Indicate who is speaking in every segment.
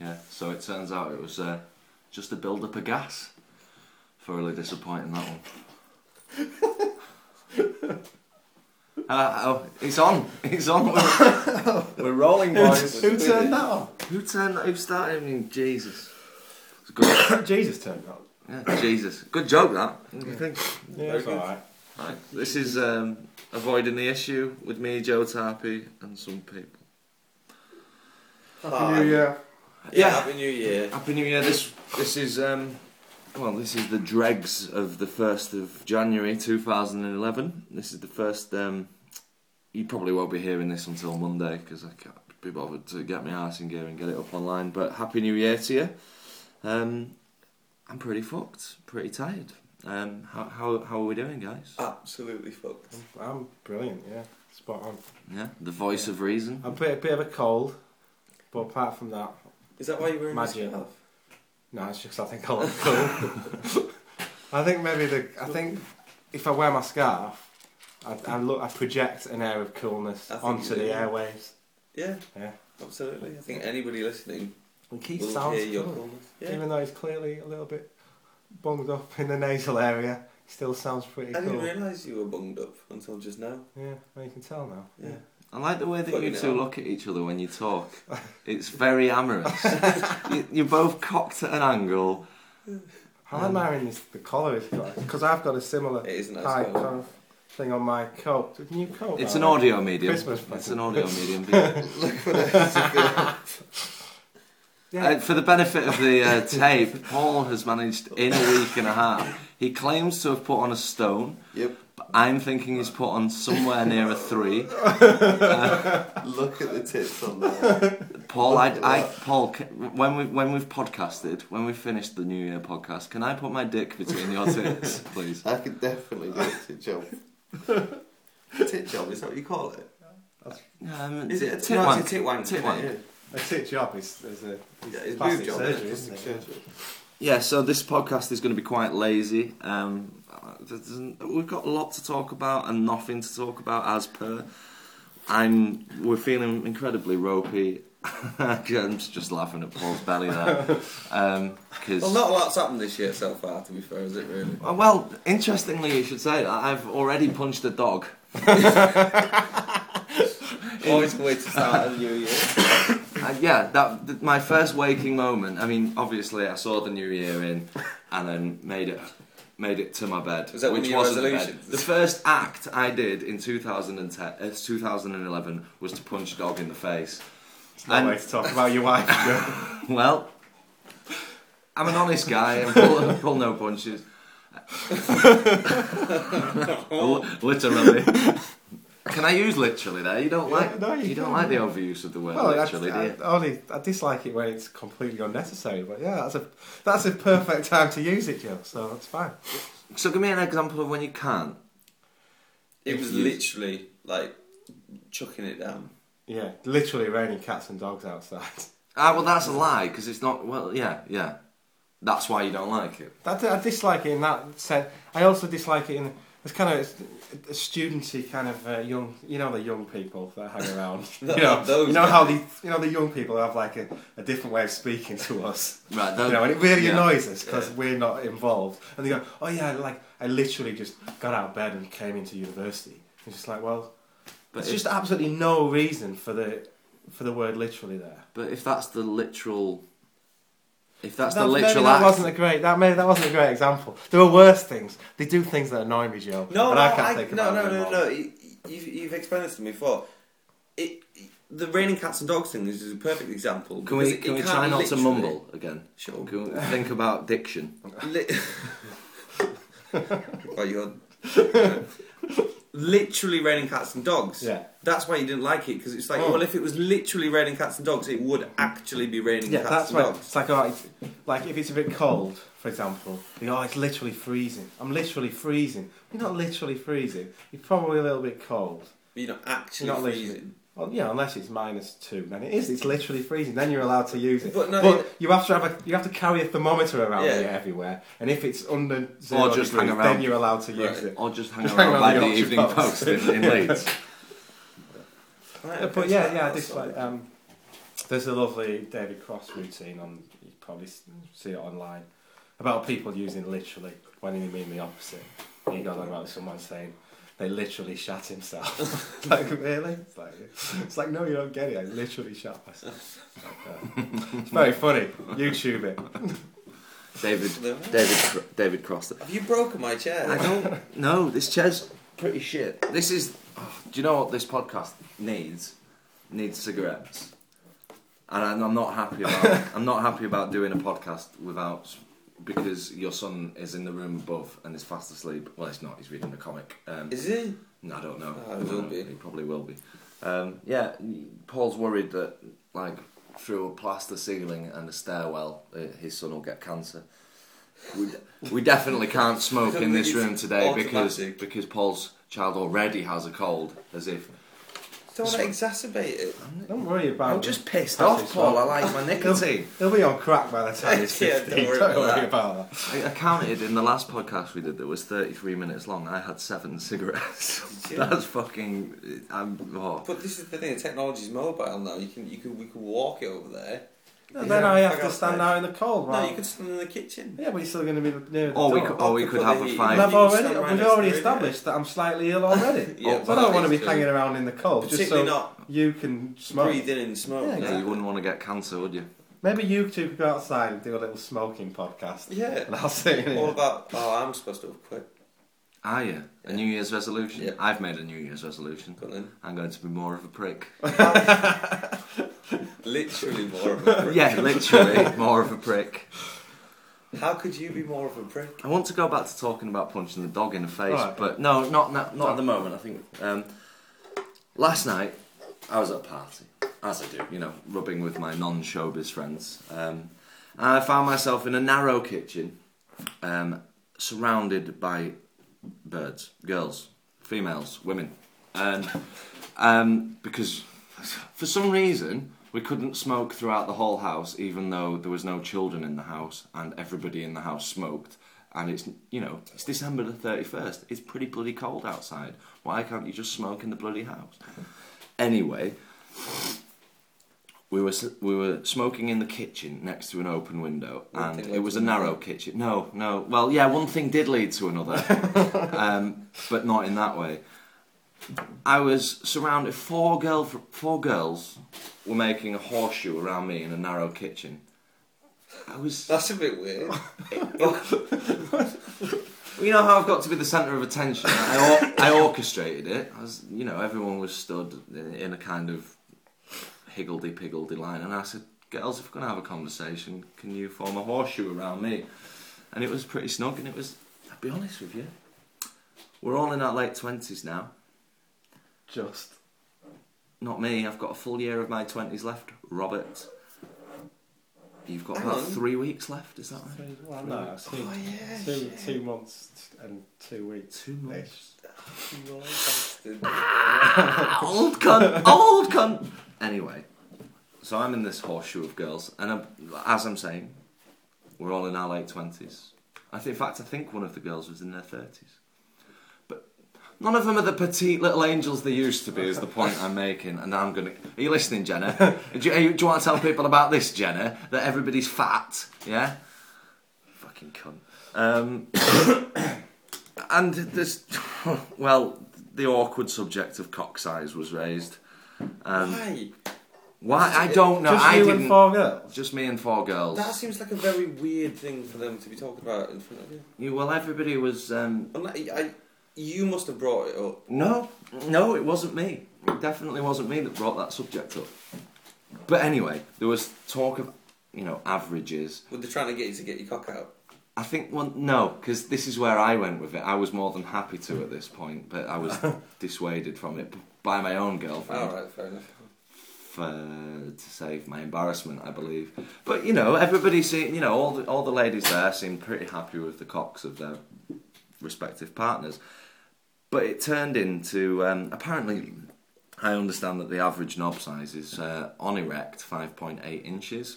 Speaker 1: Yeah, so it turns out it was uh, just a build up of gas. Thoroughly disappointing that one. Uh, oh, it's on! It's on! We're, we're rolling, boys.
Speaker 2: Who turned that on?
Speaker 1: Who turned? Who started? I mean, Jesus. It's good.
Speaker 2: Jesus turned it on.
Speaker 1: yeah, Jesus. Good joke that. What do you think?
Speaker 2: Yeah,
Speaker 3: Very
Speaker 2: it's
Speaker 3: good.
Speaker 2: alright.
Speaker 1: Right. This is um, avoiding the issue with me, Joe Tarpey, and some people.
Speaker 2: Happy New Year.
Speaker 3: Yeah,
Speaker 1: Yeah.
Speaker 3: Happy New Year.
Speaker 1: Happy New Year. This this is um, well, this is the dregs of the first of January two thousand and eleven. This is the first. Um, you probably won't be hearing this until Monday because I can't be bothered to get my arse in gear and get it up online. But Happy New Year to you. Um, I'm pretty fucked. Pretty tired. Um, how how how are we doing, guys?
Speaker 3: Absolutely fucked.
Speaker 2: I'm brilliant, yeah. Spot on.
Speaker 1: Yeah, the voice of reason.
Speaker 2: I'm pretty, a bit of a cold, but apart from that,
Speaker 3: Is that why you're wearing
Speaker 2: Magic.
Speaker 3: a scarf?
Speaker 2: no, it's just I think I look cool. I think maybe the. I think if I wear my scarf, I, I look. I project an air of coolness
Speaker 3: I think
Speaker 2: onto
Speaker 3: you do.
Speaker 2: the airwaves.
Speaker 3: Yeah,
Speaker 2: Yeah.
Speaker 3: absolutely. I think anybody listening
Speaker 2: And Keith
Speaker 3: will
Speaker 2: sounds
Speaker 3: hear your
Speaker 2: cool.
Speaker 3: coolness. Yeah.
Speaker 2: Even though he's clearly a little bit bunged up in the nasal area, he still sounds pretty
Speaker 3: I didn't
Speaker 2: cool.
Speaker 3: realise you were bunged up until just now.
Speaker 2: Yeah, well, you can tell now.
Speaker 3: Yeah.
Speaker 1: I like the way that you
Speaker 3: Fucking
Speaker 1: two
Speaker 3: hell.
Speaker 1: look at each other when you talk. It's very amorous. you, you're both cocked at an angle.
Speaker 2: How admiring is the collar he's got, because I've got a similar
Speaker 3: It is a nice
Speaker 2: high
Speaker 3: collar.
Speaker 2: kind of thing on my coat. It's a new coat.
Speaker 1: It's
Speaker 2: by
Speaker 1: an
Speaker 2: the way.
Speaker 1: audio medium.
Speaker 2: Christmas
Speaker 1: It's
Speaker 2: present.
Speaker 1: an audio medium. but-
Speaker 2: Yeah.
Speaker 1: Uh, for the benefit of the uh, tape, Paul has managed in a week and a half. He claims to have put on a stone.
Speaker 4: Yep.
Speaker 1: But I'm thinking he's put on somewhere near a three.
Speaker 4: Look at the tits on that.
Speaker 1: Paul, I, I, Paul, c- when we when we've podcasted, when we have finished the New Year podcast, can I put my dick between your tits, please?
Speaker 4: I could definitely do a tit job. tit job is that what you call it?
Speaker 1: Um,
Speaker 3: Is it a
Speaker 1: tit
Speaker 3: tit wank?
Speaker 1: wank.
Speaker 3: It's a tit wank.
Speaker 1: Tit
Speaker 3: isn't
Speaker 1: wank.
Speaker 3: it?
Speaker 2: A tit job is, is a is
Speaker 3: Yeah, it's boob
Speaker 2: plastic
Speaker 3: job,
Speaker 2: surgery,
Speaker 3: isn't it?
Speaker 2: isn't it? Yeah.
Speaker 1: Yeah, so this podcast is going to be quite lazy. Um, there doesn't- we've got a lot to talk about and nothing to talk about as per. I'm. We're feeling incredibly ropey. I'm just laughing at Paul's belly there. Um 'cause
Speaker 3: Well, not a lot's happened this year so far, to be fair, is it really?
Speaker 1: Oh, well, interestingly, you should say that I've already punched a dog.
Speaker 3: Always a way to start a new year.
Speaker 1: Uh, yeah, that th- my first waking moment. I mean, obviously, I saw the new year in, and then made it made it to my bed.
Speaker 3: Was that
Speaker 1: which
Speaker 3: one of your
Speaker 1: wasn't a bed.
Speaker 3: resolutions?
Speaker 1: The first act I did in 2010, uh, 2011 was to punch a dog in the face.
Speaker 2: It's not a way to talk about your wife. Joe.
Speaker 1: Well, I'm an honest guy and pull, pull no punches. L- literally. Can I use literally there? You don't
Speaker 2: Yeah,
Speaker 1: like
Speaker 2: no, you
Speaker 1: you, don't
Speaker 2: can.
Speaker 1: like the overuse of the word
Speaker 2: well,
Speaker 1: literally, do
Speaker 2: I,
Speaker 1: you?
Speaker 2: I, only, I dislike it when it's completely unnecessary, but yeah, that's a that's a perfect time to use it, Joe. So that's fine.
Speaker 1: So give me an example of when you can't.
Speaker 3: It was
Speaker 1: Yes.
Speaker 3: literally like chucking it down.
Speaker 2: Yeah, literally raining cats and dogs outside.
Speaker 1: Ah, well, that's a lie because it's not. Well, yeah, yeah. That's why you don't like it.
Speaker 2: That, I dislike it in that sense. I also dislike it in it's kind of it's a studenty kind of uh, young. You know the young people that hang around. you know,
Speaker 3: Those
Speaker 2: you know how the you know the young people have like a, a different way of speaking to us.
Speaker 1: Right.
Speaker 2: You
Speaker 1: That,
Speaker 2: know, and it really
Speaker 1: yeah.
Speaker 2: annoys us because we're not involved. And they go, "Oh yeah, like I literally just got out of bed and came into university." It's just like, well,
Speaker 1: But
Speaker 2: it's
Speaker 1: if-
Speaker 2: just absolutely no reason for the for the word literally there.
Speaker 1: But if that's the literal, if that's
Speaker 2: That-
Speaker 1: the
Speaker 2: maybe
Speaker 1: literal
Speaker 2: That
Speaker 1: act,
Speaker 2: wasn't a great. That maybe that wasn't a great example. There are worse things. They do things that annoy me, Joe.
Speaker 3: No,
Speaker 2: but
Speaker 3: no,
Speaker 2: I can't think
Speaker 3: no,
Speaker 2: about
Speaker 3: no,
Speaker 2: them
Speaker 3: no,
Speaker 2: all.
Speaker 3: no. You, you've, you've explained this to me before. It, the raining cats and dogs thing is a perfect example.
Speaker 1: can
Speaker 3: because
Speaker 1: we
Speaker 3: it-
Speaker 1: can
Speaker 3: it
Speaker 1: we
Speaker 3: can't
Speaker 1: try not to
Speaker 3: literally-
Speaker 1: mumble again?
Speaker 3: Sure.
Speaker 1: Can we think about diction?
Speaker 3: Li- well, you're. literally raining cats and dogs.
Speaker 2: Yeah.
Speaker 3: That's why you didn't like it because it's like,
Speaker 2: Oh.
Speaker 3: well, if it was literally raining cats and dogs, it would actually be raining
Speaker 2: Yeah,
Speaker 3: cats
Speaker 2: that's
Speaker 3: and
Speaker 2: why
Speaker 3: dogs.
Speaker 2: it's like, all right, it's- like if it's a bit cold, for example, you go, oh, it's literally freezing. I'm literally freezing. You're not literally freezing. You're probably a little bit cold.
Speaker 3: But you're not actually
Speaker 2: You're not
Speaker 3: freezing.
Speaker 2: literally. Well, yeah, unless it's minus two, then it is. It's literally freezing. Then you're allowed to use it.
Speaker 3: But no, it-
Speaker 2: you have to have a, you have to carry a thermometer around
Speaker 3: Yeah.
Speaker 2: you everywhere. And if it's under zero
Speaker 1: just hang
Speaker 2: degrees,
Speaker 1: around.
Speaker 2: then you're allowed to use
Speaker 3: Right.
Speaker 2: it.
Speaker 1: Or just hang
Speaker 2: Just
Speaker 1: around
Speaker 2: hang around
Speaker 1: by
Speaker 2: the
Speaker 1: the,
Speaker 2: Yorkshire
Speaker 1: Evening
Speaker 2: Post.
Speaker 1: Post in, in Leeds?
Speaker 3: Right,
Speaker 2: Uh,
Speaker 3: okay,
Speaker 2: But
Speaker 3: so
Speaker 2: yeah,
Speaker 3: that-
Speaker 2: yeah, I
Speaker 3: that's
Speaker 2: dislike.
Speaker 3: all.
Speaker 2: Um, There's a lovely David Cross routine on. You probably s- see it online about people using literally when you mean the opposite. And you got on about someone saying they literally shat himself. It's like really? It's like it's like no, you don't get it. I literally shat myself. Like, uh, it's very funny. YouTube it.
Speaker 1: David, David, Cro- David Cross.
Speaker 3: Have you broken my chair?
Speaker 1: I don't know. This chair's pretty shit. This is. oh, do you know what this podcast needs? Needs cigarettes. And I'm- I'm not happy about. I'm not happy about doing a podcast without because your son is in the room above and is fast asleep. Well, he's not. He's reading a comic. Um,
Speaker 3: Is it?
Speaker 1: no, I don't know.
Speaker 3: Oh, it will be.
Speaker 1: He probably Uh, will be. Um, yeah, Paul's worried that like through a plaster ceiling and a stairwell, uh, his son will get cancer. We, we definitely can't smoke in this room today because
Speaker 3: Automatic.
Speaker 1: because Paul's child already has a cold. As if
Speaker 3: Don't want to exacerbate it.
Speaker 2: Don't worry about.
Speaker 1: I'm
Speaker 2: Oh, it.
Speaker 1: just pissed
Speaker 2: Passive
Speaker 1: off, Paul. I like my nicotine.
Speaker 2: He'll be on crack by the time he's
Speaker 3: Yeah,
Speaker 2: 15.
Speaker 3: don't
Speaker 2: don't
Speaker 3: worry about
Speaker 2: worry
Speaker 3: that.
Speaker 2: about that.
Speaker 1: I, I counted in the last podcast we did that was 33 minutes long. I had seven cigarettes.
Speaker 3: Did you?
Speaker 1: That's fucking. I'm. Oh.
Speaker 3: But this is the thing. The technology's mobile now. You can, you can, we can walk it over there.
Speaker 2: No,
Speaker 3: Yeah.
Speaker 2: then I have
Speaker 3: Fuck
Speaker 2: to
Speaker 3: off,
Speaker 2: stand
Speaker 3: mate.
Speaker 2: out in the cold, right?
Speaker 3: No, you could stand in the kitchen.
Speaker 2: Yeah, but you're still going to be near the
Speaker 1: Or Oh, we
Speaker 2: door.
Speaker 1: could, or we could have a
Speaker 2: And
Speaker 1: fight.
Speaker 2: I've
Speaker 3: You
Speaker 2: already,
Speaker 3: can stand right
Speaker 2: we've
Speaker 3: next to
Speaker 2: already
Speaker 3: the radio.
Speaker 2: established that I'm slightly ill already.
Speaker 3: Yeah,
Speaker 2: so I don't want
Speaker 3: well,
Speaker 2: to be
Speaker 3: that's true.
Speaker 2: hanging around in the cold just so
Speaker 3: Particularly not
Speaker 2: you can smoke.
Speaker 3: breathing in smoke.
Speaker 2: Yeah,
Speaker 1: Yeah, you wouldn't want to get cancer, would you?
Speaker 2: Maybe you two could go outside and do a little smoking podcast.
Speaker 3: Yeah.
Speaker 2: And I'll sit in
Speaker 3: All
Speaker 2: here.
Speaker 3: about. Oh, I'm supposed to have quit.
Speaker 1: Are you? A New Year's resolution?
Speaker 3: Yeah.
Speaker 1: I've made a New Year's resolution.
Speaker 3: Go on then.
Speaker 1: I'm going to be more of a prick.
Speaker 3: Literally more of a prick.
Speaker 1: Oh, yeah, literally, more of a prick.
Speaker 3: How could you be more of a prick?
Speaker 1: I want to go back to talking about punching the dog in the face,
Speaker 2: Right.
Speaker 1: but no, not not, not at the moment. I think um, last night I was at a party, as I do, you know, rubbing with my non-showbiz friends. Um, and I found myself in a narrow kitchen, um, surrounded by birds, girls, females, women, and um, because for some reason we couldn't smoke throughout the whole house, even though there was no children in the house and everybody in the house smoked. And it's you know it's December the thirty first. It's pretty bloody cold outside. Why can't you just smoke in the bloody house? Anyway, we were s- we were smoking in the kitchen next to an open window,
Speaker 3: One
Speaker 1: and
Speaker 3: thing
Speaker 1: it
Speaker 3: led
Speaker 1: was
Speaker 3: to
Speaker 1: a
Speaker 3: another.
Speaker 1: narrow kitchen. No, no. Well, yeah, one thing did lead to another, um, but not in that way. I was surrounded. Four girl, four girls were making a horseshoe around me in a narrow kitchen. I was.
Speaker 3: That's a bit weird.
Speaker 1: You know how I've got to be the centre of attention. I, or- I orchestrated it. I was, you know, everyone was stood in in a kind of higgledy piggledy line, and I said, "Girls, if we're going to have a conversation, can you form a horseshoe around me?" And it was pretty snug, and it was. I'll be honest with you. We're all in our late twenties now.
Speaker 2: Just.
Speaker 1: Not me. I've got a full year of my twenties left, Robert. You've got
Speaker 3: Hang
Speaker 1: about
Speaker 3: on.
Speaker 1: three weeks left. Is that right?
Speaker 2: Well, no, it's two,
Speaker 3: yeah,
Speaker 2: two,
Speaker 3: shit.
Speaker 2: two months and two weeks.
Speaker 1: Two months.
Speaker 3: That's
Speaker 1: old cunt, old cunt. Anyway, so I'm in this horseshoe of girls, and I'm, as I'm saying, we're all in our late twenties. I think, in fact, I think one of the girls was in their thirties. But none of them are the petite little angels they used to be. Is the point I'm making? And I'm gonna. Are you listening, Jenna? do, you, are you- do you want to tell people about this, Jenna? That everybody's fat, yeah? Fucking cunt. Um, and this, well, the awkward subject of cock size was raised. Um,
Speaker 3: Why?
Speaker 1: why? I don't know.
Speaker 2: Just
Speaker 1: I
Speaker 2: you
Speaker 1: didn't.
Speaker 2: and four girls.
Speaker 1: Just me and four girls.
Speaker 3: That seems like a very weird thing for them to be talking about in front of you.
Speaker 1: Yeah, well, everybody was. Um,
Speaker 3: Unless, I, you must have brought it up.
Speaker 1: no, no, it wasn't me. It definitely wasn't me that brought that subject up. But anyway, there was talk of, you know, averages.
Speaker 3: Were they trying to get you to get your cock out?
Speaker 1: I think one no, because this is where I went with it. I was more than happy to at this point, but I was dissuaded from it by my own girlfriend.
Speaker 3: All right, fair enough.
Speaker 1: for to save my embarrassment, I believe. But you know, everybody seemed, you know, all the all the ladies there seemed pretty happy with the cocks of their respective partners. But it turned into um, apparently. I understand that the average knob size is uh, on erect 5.8 inches.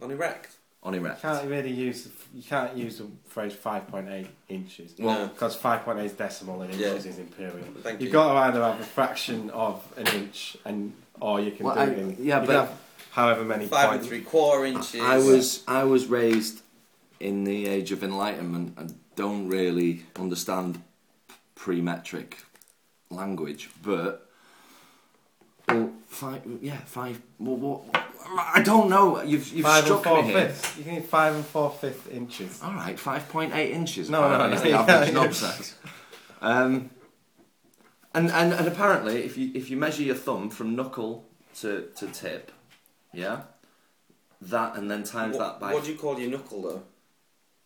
Speaker 3: On erect.
Speaker 1: on erect.
Speaker 2: can't really use you can't use the phrase 5.8 inches
Speaker 3: Well-
Speaker 2: because 5.8 is decimal and
Speaker 3: Yeah.
Speaker 2: inches is imperial.
Speaker 3: Thank
Speaker 2: You've
Speaker 3: you.
Speaker 2: got to either have a fraction of an inch and or you can
Speaker 1: Well,
Speaker 2: do
Speaker 1: I-
Speaker 2: it in
Speaker 1: yeah,
Speaker 2: you
Speaker 1: but-
Speaker 2: can have however many
Speaker 3: Five and
Speaker 2: points.
Speaker 3: three quarter inches.
Speaker 1: I was I was raised in the age of enlightenment and don't really understand pre-metric language, but well, five, yeah, five. Well, what? I don't know. You've you've
Speaker 2: Five and
Speaker 1: struck
Speaker 2: four
Speaker 1: me here.
Speaker 2: fifths. You need five and four fifth inches.
Speaker 1: All right, five point eight inches.
Speaker 2: No, no,
Speaker 1: apparently, is
Speaker 2: no,
Speaker 1: the
Speaker 2: yeah,
Speaker 1: average knob
Speaker 2: yeah.
Speaker 1: size. Um, and, and and apparently, if you if you measure your thumb from knuckle to, to tip, yeah, that and then times
Speaker 3: What,
Speaker 1: that by
Speaker 3: what do you call your knuckle though? What-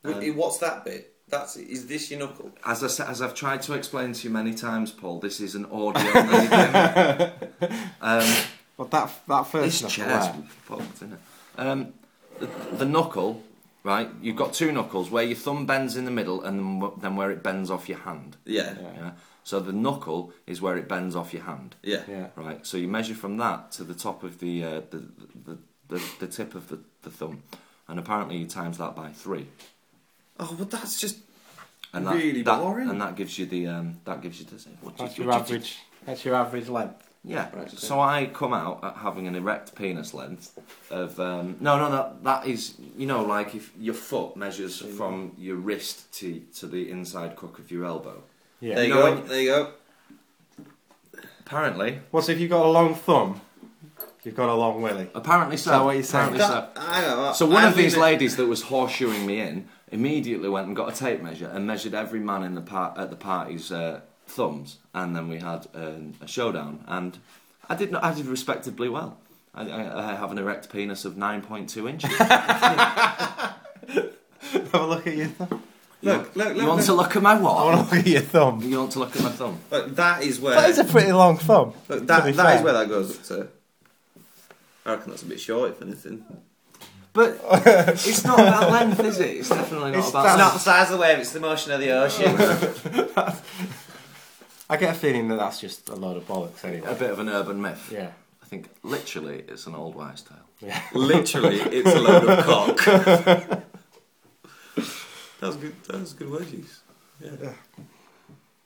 Speaker 1: Um,
Speaker 3: What's that bit? That's is this your knuckle?
Speaker 1: As, I, sa- as I've tried to explain to you many times, Paul, this is an audio medium. um,
Speaker 2: But that that
Speaker 1: this
Speaker 2: first
Speaker 1: chair's fucked, isn't it? Um, the, the knuckle, right? You've got two knuckles where your thumb bends in the middle and then, wh- then where it bends off your hand.
Speaker 3: Yeah,
Speaker 2: Yeah.
Speaker 1: Yeah. So the knuckle is where it bends off your hand,
Speaker 3: yeah.
Speaker 2: yeah.
Speaker 1: right? So you measure from that to the top of the uh, the, the, the the tip of the, the thumb, and apparently you times that by three,
Speaker 3: Oh, but that's just
Speaker 1: and that,
Speaker 3: Really
Speaker 1: that-
Speaker 3: boring.
Speaker 1: and that gives you the um, that gives you the what do you-
Speaker 2: That's your
Speaker 1: what do you-
Speaker 2: average that's your average length.
Speaker 1: Yeah.
Speaker 3: Right, okay.
Speaker 1: So I come out at having an erect penis length of um, no, no, no. That is, you know, like if your foot measures from your wrist to to the inside crook of your elbow.
Speaker 2: Yeah.
Speaker 3: there. You
Speaker 1: No,
Speaker 3: go.
Speaker 1: when-
Speaker 3: There you go.
Speaker 1: Apparently,
Speaker 2: Well so if you've got a long thumb, you've got a long willy.
Speaker 1: apparently so.
Speaker 2: Is that what you're saying?
Speaker 1: Apparently so.
Speaker 3: That, I know.
Speaker 1: So one
Speaker 3: I
Speaker 1: of these
Speaker 3: mean it-
Speaker 1: ladies that was horseshoeing me in immediately went and got a tape measure and measured every man in the par- at the party's uh, thumbs, and then we had um, a showdown. And I did not. I did respectably well. I, I, I have an erect penis of nine point two inches.
Speaker 2: have a look at your thumb.
Speaker 3: Look, look,
Speaker 1: You
Speaker 3: look.
Speaker 1: want
Speaker 3: look.
Speaker 1: to look at my
Speaker 2: I
Speaker 1: what?
Speaker 2: want to look at your thumb.
Speaker 1: You want to look at my thumb?
Speaker 3: Look, that is where
Speaker 2: That is a pretty long thumb.
Speaker 3: look,
Speaker 2: to be
Speaker 3: that, that
Speaker 2: fair.
Speaker 3: is where that goes up to. I reckon that's a bit short, if anything.
Speaker 1: But it's not about length, is it? It's definitely not
Speaker 2: It's
Speaker 1: about
Speaker 2: that-
Speaker 1: length.
Speaker 3: It's not the size of the wave; it's the motion of the ocean.
Speaker 2: I get a feeling that that's just a load of bollocks anyway.
Speaker 1: A bit of an urban myth.
Speaker 2: Yeah.
Speaker 1: I think literally it's an old wives' tale.
Speaker 2: Yeah.
Speaker 3: Literally, it's a load of cock. that was good. That was good word use. Yeah.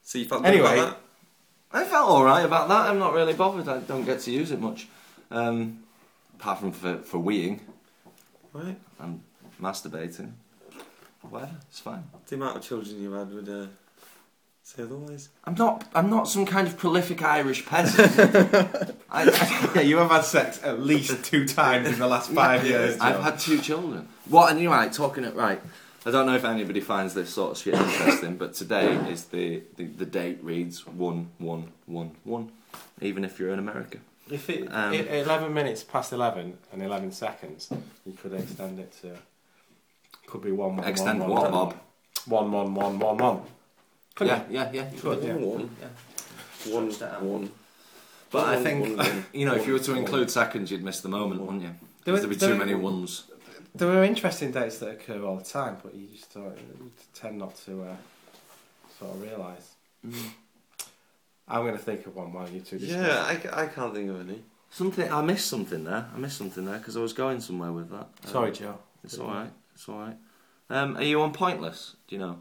Speaker 3: So you felt good
Speaker 2: Anyway.
Speaker 3: about
Speaker 1: I felt all right about that. I'm not really bothered. I don't get to use it much, um, apart from for for weeing
Speaker 3: that, right?
Speaker 1: and masturbating. Whatever, it's fine.
Speaker 3: The amount of children you had would uh, say otherwise.
Speaker 1: I'm not. I'm not some kind of prolific Irish peasant. I,
Speaker 2: Yeah, you have had sex at least two times in the last five years.
Speaker 1: I've had two children. What? And you're right. Talking it right. I don't know if anybody finds this sort of shit interesting, but today is the, the, the date reads one one one one, even if you're in America.
Speaker 2: If it,
Speaker 1: Um,
Speaker 2: it, 11 minutes past 11 and 11 seconds, you could extend it to. Could be one, one,
Speaker 1: Extend
Speaker 2: one,
Speaker 1: what,
Speaker 2: one,
Speaker 1: Bob?
Speaker 2: One, one, one, one, one. Couldn't
Speaker 1: Yeah, yeah, yeah. you
Speaker 2: Could,
Speaker 1: could,
Speaker 2: yeah.
Speaker 3: One,
Speaker 1: yeah.
Speaker 3: one,
Speaker 1: Stretched it out.
Speaker 3: one.
Speaker 1: But I
Speaker 3: One,
Speaker 1: think
Speaker 3: one, one,
Speaker 1: you know if you were to
Speaker 3: one,
Speaker 1: include seconds, you'd miss the moment,
Speaker 3: One.
Speaker 1: wouldn't you?
Speaker 2: There
Speaker 1: Because
Speaker 2: were-
Speaker 1: there'd be
Speaker 2: there
Speaker 1: too
Speaker 2: were-
Speaker 1: many ones.
Speaker 2: There were interesting dates that occur all the time, but you just don't, you tend not to uh, sort of realise. I'm going to think of one while you two discuss.
Speaker 3: Mm. Yeah, I, ca- I can't think of any.
Speaker 1: Something I missed something there. I missed something there because I was going somewhere with that. Um,
Speaker 2: Sorry, Joe.
Speaker 1: It's all right. It's all right. Um, are you on pointless? Do you know?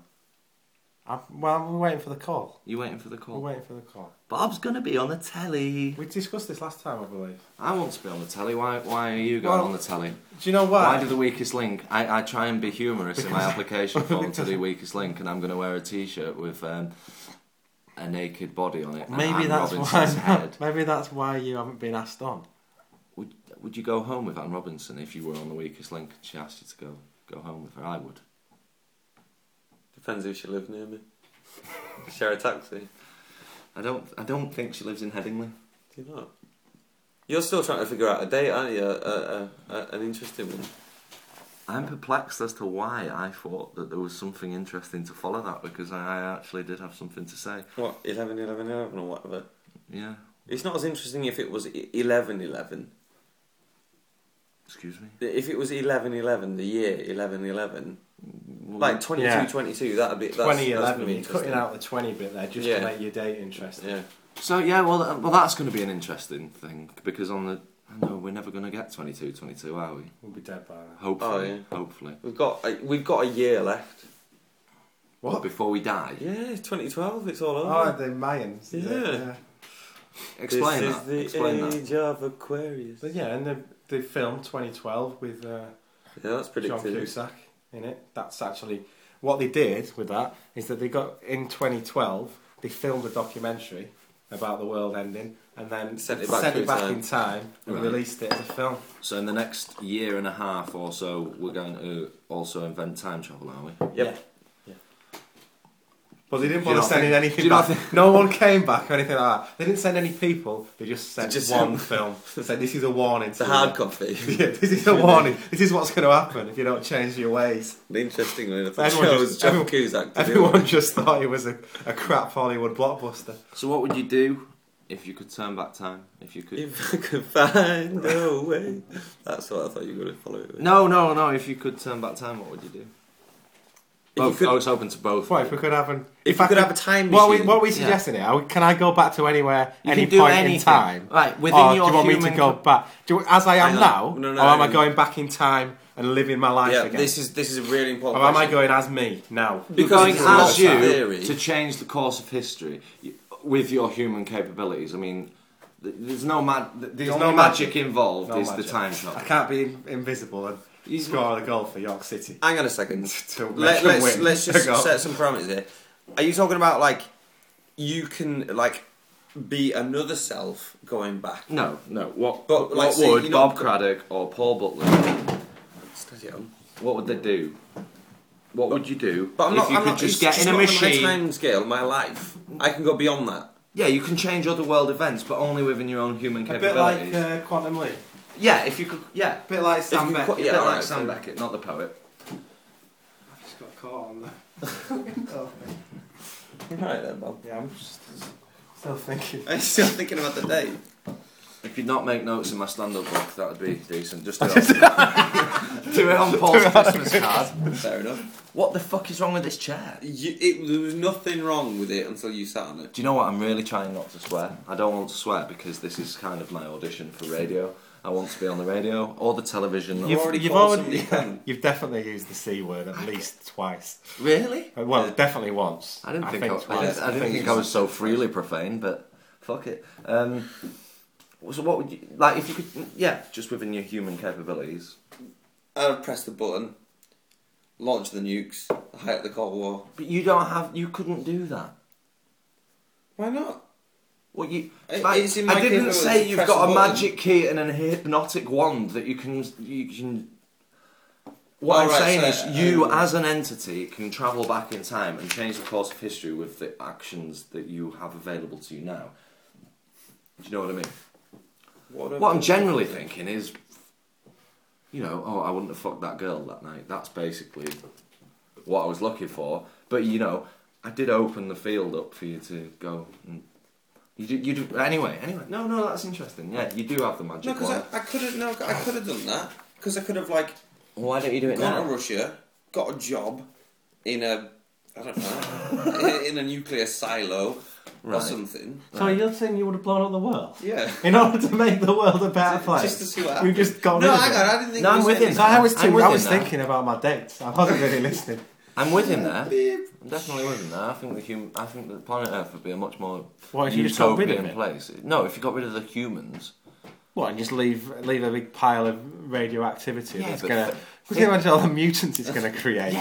Speaker 2: I'm, well, we're waiting for the call.
Speaker 1: You waiting for the
Speaker 2: We're
Speaker 1: call?
Speaker 2: waiting for the call.
Speaker 1: Bob's gonna be on the telly.
Speaker 2: We discussed this last time, I believe.
Speaker 1: I want to be on the telly. Why? Why are you going
Speaker 2: Well,
Speaker 1: on the telly?
Speaker 2: Do you know
Speaker 1: Why?
Speaker 2: why?
Speaker 1: do the weakest link? I, I try and be humorous in my application form to the weakest link, and I'm going to wear a T-shirt with um, a naked body on it. and
Speaker 2: Maybe
Speaker 1: Anne
Speaker 2: that's
Speaker 1: Robinson's
Speaker 2: why.
Speaker 1: head.
Speaker 2: Maybe that's why you haven't been asked on.
Speaker 1: Would Would you go home with Anne Robinson if you were on the weakest link? and She asked you to go go home with her. I would.
Speaker 3: Depends if she lived near me. Share a taxi.
Speaker 1: I don't. I don't think she lives in Headingley.
Speaker 3: Do you not? You're still trying to figure out a date, aren't you? A, a, a, a, an interesting one.
Speaker 1: I'm perplexed as to why I thought that there was something interesting to follow that because I, I actually did have something to say.
Speaker 3: What, 11, 11, 11 or whatever?
Speaker 1: Yeah.
Speaker 3: It's not as interesting if it was e-, i- 11, 11.
Speaker 1: Excuse me.
Speaker 3: If it was 11, 11, the year 11, 11, like 22,
Speaker 2: Mm. Yeah.
Speaker 3: 22, that'd be... That's, that's
Speaker 2: 2011.
Speaker 3: gonna be
Speaker 2: You're cutting
Speaker 3: interesting.
Speaker 2: out the 20 bit there just
Speaker 3: Yeah.
Speaker 2: to make your date interesting.
Speaker 3: Yeah.
Speaker 1: So yeah, well, uh, well, that's going to be an interesting thing because on the I know we're never going to get 22 22, are we?
Speaker 2: We'll be dead by now.
Speaker 1: Hopefully.
Speaker 3: Oh,
Speaker 1: Hopefully.
Speaker 3: We've got a, we've got a year left.
Speaker 1: But Before we die?
Speaker 3: Yeah, 2012. It's all over.
Speaker 2: Oh, the Mayans. is it?
Speaker 3: Yeah.
Speaker 1: Explain
Speaker 3: this
Speaker 1: that.
Speaker 3: is the
Speaker 1: Explain that.
Speaker 3: age of Aquarius.
Speaker 2: But yeah, and the, the film 2012 with uh,
Speaker 3: Yeah, that's
Speaker 2: John
Speaker 3: predicted.
Speaker 2: Cusack in it. That's actually what they did with that is that they got in 2012 they filmed a documentary about the world ending and then
Speaker 3: Sent it back through time.
Speaker 2: in time and
Speaker 1: Right.
Speaker 2: released it as a film.
Speaker 1: So in the next year and a half or so, we're going to also invent time travel, are we?
Speaker 2: Yeah.
Speaker 3: Yep.
Speaker 2: But they didn't
Speaker 1: Do you
Speaker 2: bother
Speaker 1: not
Speaker 2: sending
Speaker 1: think- do
Speaker 2: anything
Speaker 1: you not
Speaker 2: back. No one came back or anything like that. They didn't send any people. They just sent
Speaker 3: Just
Speaker 2: one film. They said, "This is a warning."
Speaker 3: It's a
Speaker 2: to
Speaker 3: hard
Speaker 2: you."
Speaker 3: copy.
Speaker 2: Yeah, this is a warning. This is what's going to happen if you don't change your ways.
Speaker 3: Interestingly enough,
Speaker 2: Everyone
Speaker 3: it was
Speaker 2: just-
Speaker 3: John
Speaker 2: everyone-
Speaker 3: Cusack. To do
Speaker 2: Everyone
Speaker 3: it.
Speaker 2: just thought it was a, a crap Hollywood blockbuster.
Speaker 1: So what would you do if you could turn back time? If you could.
Speaker 3: If I could find a way. That's what I thought you were going to follow it with.
Speaker 1: No, no, no. If you could turn back time, what would you do?
Speaker 3: you
Speaker 1: Both.
Speaker 3: could-
Speaker 1: oh, it's open to both.
Speaker 2: What if we could have an?
Speaker 3: If, you
Speaker 2: I
Speaker 3: could, have a time
Speaker 2: what
Speaker 3: machine.
Speaker 2: we what we
Speaker 1: Yeah.
Speaker 2: suggesting here? Can I go back to anywhere,
Speaker 1: You
Speaker 2: any
Speaker 1: can do
Speaker 2: point in
Speaker 1: anything.
Speaker 2: time?
Speaker 1: Right, within
Speaker 2: or
Speaker 1: your
Speaker 2: do you want me to
Speaker 1: human
Speaker 2: go
Speaker 1: co-
Speaker 2: back? Do you, as I am
Speaker 3: Hang on.
Speaker 2: now,
Speaker 3: No, no,
Speaker 2: or am
Speaker 3: hang
Speaker 2: I
Speaker 3: on.
Speaker 2: going back in time and living my life
Speaker 3: yeah,
Speaker 2: again?
Speaker 3: this is this is a really important.
Speaker 2: or
Speaker 1: Oh,
Speaker 2: am I
Speaker 3: question.
Speaker 2: going as me now?
Speaker 1: You're going
Speaker 3: Because
Speaker 1: as
Speaker 3: it's
Speaker 1: you
Speaker 3: a theory.
Speaker 1: to change the course of history y- with your human capabilities. I mean, th- there's no mag- th- there's,
Speaker 2: There's
Speaker 1: no,
Speaker 2: no
Speaker 1: magic,
Speaker 2: magic.
Speaker 1: involved.
Speaker 2: No
Speaker 1: is
Speaker 2: magic.
Speaker 1: the time
Speaker 2: I
Speaker 1: travel?
Speaker 2: can't be in- invisible and
Speaker 1: He's-
Speaker 2: score a goal for York City.
Speaker 3: Hang on a second.
Speaker 2: To
Speaker 3: Let,
Speaker 2: let them
Speaker 3: let's
Speaker 2: win.
Speaker 3: let's just
Speaker 2: Go.
Speaker 3: set some parameters here. Are you talking about like you can like be another self going back?
Speaker 1: No, no. What,
Speaker 3: But, like,
Speaker 1: what
Speaker 3: say
Speaker 1: would
Speaker 3: you're
Speaker 1: Bob
Speaker 3: not-
Speaker 1: Craddock or Paul Butler?
Speaker 3: Steady on.
Speaker 1: What would they do? What would you do
Speaker 3: But I'm
Speaker 1: if
Speaker 3: not.
Speaker 1: you
Speaker 3: I'm
Speaker 1: could
Speaker 3: not,
Speaker 1: just
Speaker 3: it's
Speaker 1: get in a
Speaker 3: not on
Speaker 1: machine?
Speaker 3: My time scale, my life. I can go beyond that.
Speaker 1: Yeah, you can change other world events, but only within your own human
Speaker 2: A bit
Speaker 1: capabilities.
Speaker 2: like uh, Quantum Leap.
Speaker 1: yeah, if you could. Yeah,
Speaker 2: A bit like
Speaker 3: you
Speaker 2: Sam
Speaker 3: could
Speaker 2: Beck.
Speaker 3: quite-
Speaker 1: a
Speaker 3: yeah.
Speaker 1: bit like
Speaker 3: right,
Speaker 1: Sam
Speaker 3: so-
Speaker 1: Beckett, not the poet.
Speaker 2: I've just got caught on the.
Speaker 3: Right then, Bob.
Speaker 2: yeah, I'm just still thinking.
Speaker 3: I'm still thinking about the day.
Speaker 1: If you'd not make notes in my stand-up book, that would be decent. Just do it. do it on Paul's Christmas card.
Speaker 3: Fair enough.
Speaker 1: What the fuck is wrong with this chair?
Speaker 3: You, it, there was nothing wrong with it until you sat on it.
Speaker 1: Do you know what? I'm really trying not to swear. I don't want to swear because this is kind of my audition for radio. I want to be on the radio or the television.
Speaker 3: You've-
Speaker 1: or...
Speaker 3: already you've called already- somebody cunt.
Speaker 2: you've definitely used the c word at least twice.
Speaker 1: Really?
Speaker 2: Uh, Well,
Speaker 3: Yeah.
Speaker 2: definitely once.
Speaker 1: I didn't think I, I,
Speaker 2: twice.
Speaker 1: didn't, I didn't think I was so freely profane, but fuck it. Um, so what would you like if you could? Yeah, just within your human capabilities.
Speaker 3: I'd press the button, launch the nukes, hijack the Cold War.
Speaker 1: But you don't have. You couldn't do that.
Speaker 3: Why not?
Speaker 1: Well, you.
Speaker 3: It-
Speaker 1: like,
Speaker 3: it's in my
Speaker 1: I didn't
Speaker 3: capability
Speaker 1: say
Speaker 3: to
Speaker 1: you've
Speaker 3: press
Speaker 1: got
Speaker 3: a
Speaker 1: a
Speaker 3: button.
Speaker 1: magic key and a hypnotic wand that you can. You can. What
Speaker 3: All
Speaker 1: I'm
Speaker 3: Oh, right,
Speaker 1: saying
Speaker 3: so,
Speaker 1: is, you
Speaker 3: um,
Speaker 1: as an entity can travel back in time and change the course of history with the actions that you have available to you now. Do you know what I mean?
Speaker 3: What,
Speaker 1: What I'm generally thinking is, you know, oh, I wouldn't have fucked that girl that night. That's basically what I was looking for. But you know, I did open the field up for you to go. And you do, you do anyway. Anyway, no, no, that's interesting. Yeah, you do have the magic
Speaker 3: No, because
Speaker 1: wand.
Speaker 3: I, I couldn't. No,
Speaker 2: Oh.
Speaker 3: I could have done that because I could have like
Speaker 1: Why don't you do it
Speaker 3: gone to
Speaker 1: now?
Speaker 3: Russia, got a job in a I don't know in a nuclear silo or
Speaker 1: Right.
Speaker 3: something.
Speaker 2: So you're saying you would have blown up the world
Speaker 3: Yeah.
Speaker 2: in order to make the world a better place?
Speaker 3: Just to see what
Speaker 2: We've
Speaker 3: happens.
Speaker 2: just got
Speaker 3: No,
Speaker 2: rid of
Speaker 3: hang
Speaker 2: it.
Speaker 3: on. I didn't think.
Speaker 1: No,
Speaker 3: it
Speaker 1: I'm with
Speaker 3: anything.
Speaker 1: him.
Speaker 2: So I was
Speaker 1: I'm
Speaker 2: too.
Speaker 1: with
Speaker 2: I
Speaker 1: him
Speaker 2: was
Speaker 1: now.
Speaker 2: thinking about my dates. I wasn't really listening.
Speaker 1: I'm with him there. I'm definitely with him there. I think the hum- I think that planet Earth would be a much more
Speaker 2: What, if you just got rid of
Speaker 1: utopian
Speaker 2: it?
Speaker 1: place. No, if you got rid of the humans,
Speaker 2: What? And just leave leave a big pile of radioactivity
Speaker 1: Yeah,
Speaker 2: that's
Speaker 1: but
Speaker 2: gonna.
Speaker 1: th-
Speaker 2: Could you imagine all the mutants it's gonna create?